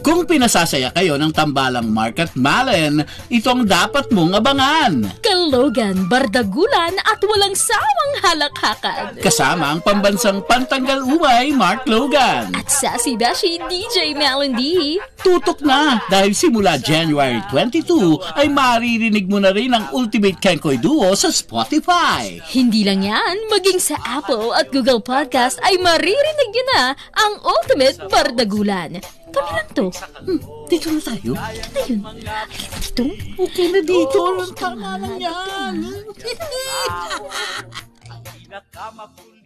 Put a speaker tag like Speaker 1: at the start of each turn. Speaker 1: Kung pinasasaya kayo ng tambalang Market Malen, itong dapat mong abangan.
Speaker 2: Kalogan, bardagulan at walang sawang halakhakan.
Speaker 1: Kasama ang pambansang pantanggal umay, Mark Logan.
Speaker 2: At sassy dashi DJ Melody.
Speaker 1: Tutok na dahil simula January 22 ay maririnig mo na rin ang Ultimate Kenkoy Duo sa Spotify.
Speaker 2: Hindi lang yan, maging sa Apple at Google Podcast ay maririnig nyo na ang ultimate bardagulan. Kami lang to.
Speaker 1: Hmm, dito na tayo.
Speaker 2: Ayun. Halika dito.
Speaker 1: Okay na dito. Tama lang yan.
Speaker 3: Nakamakulay.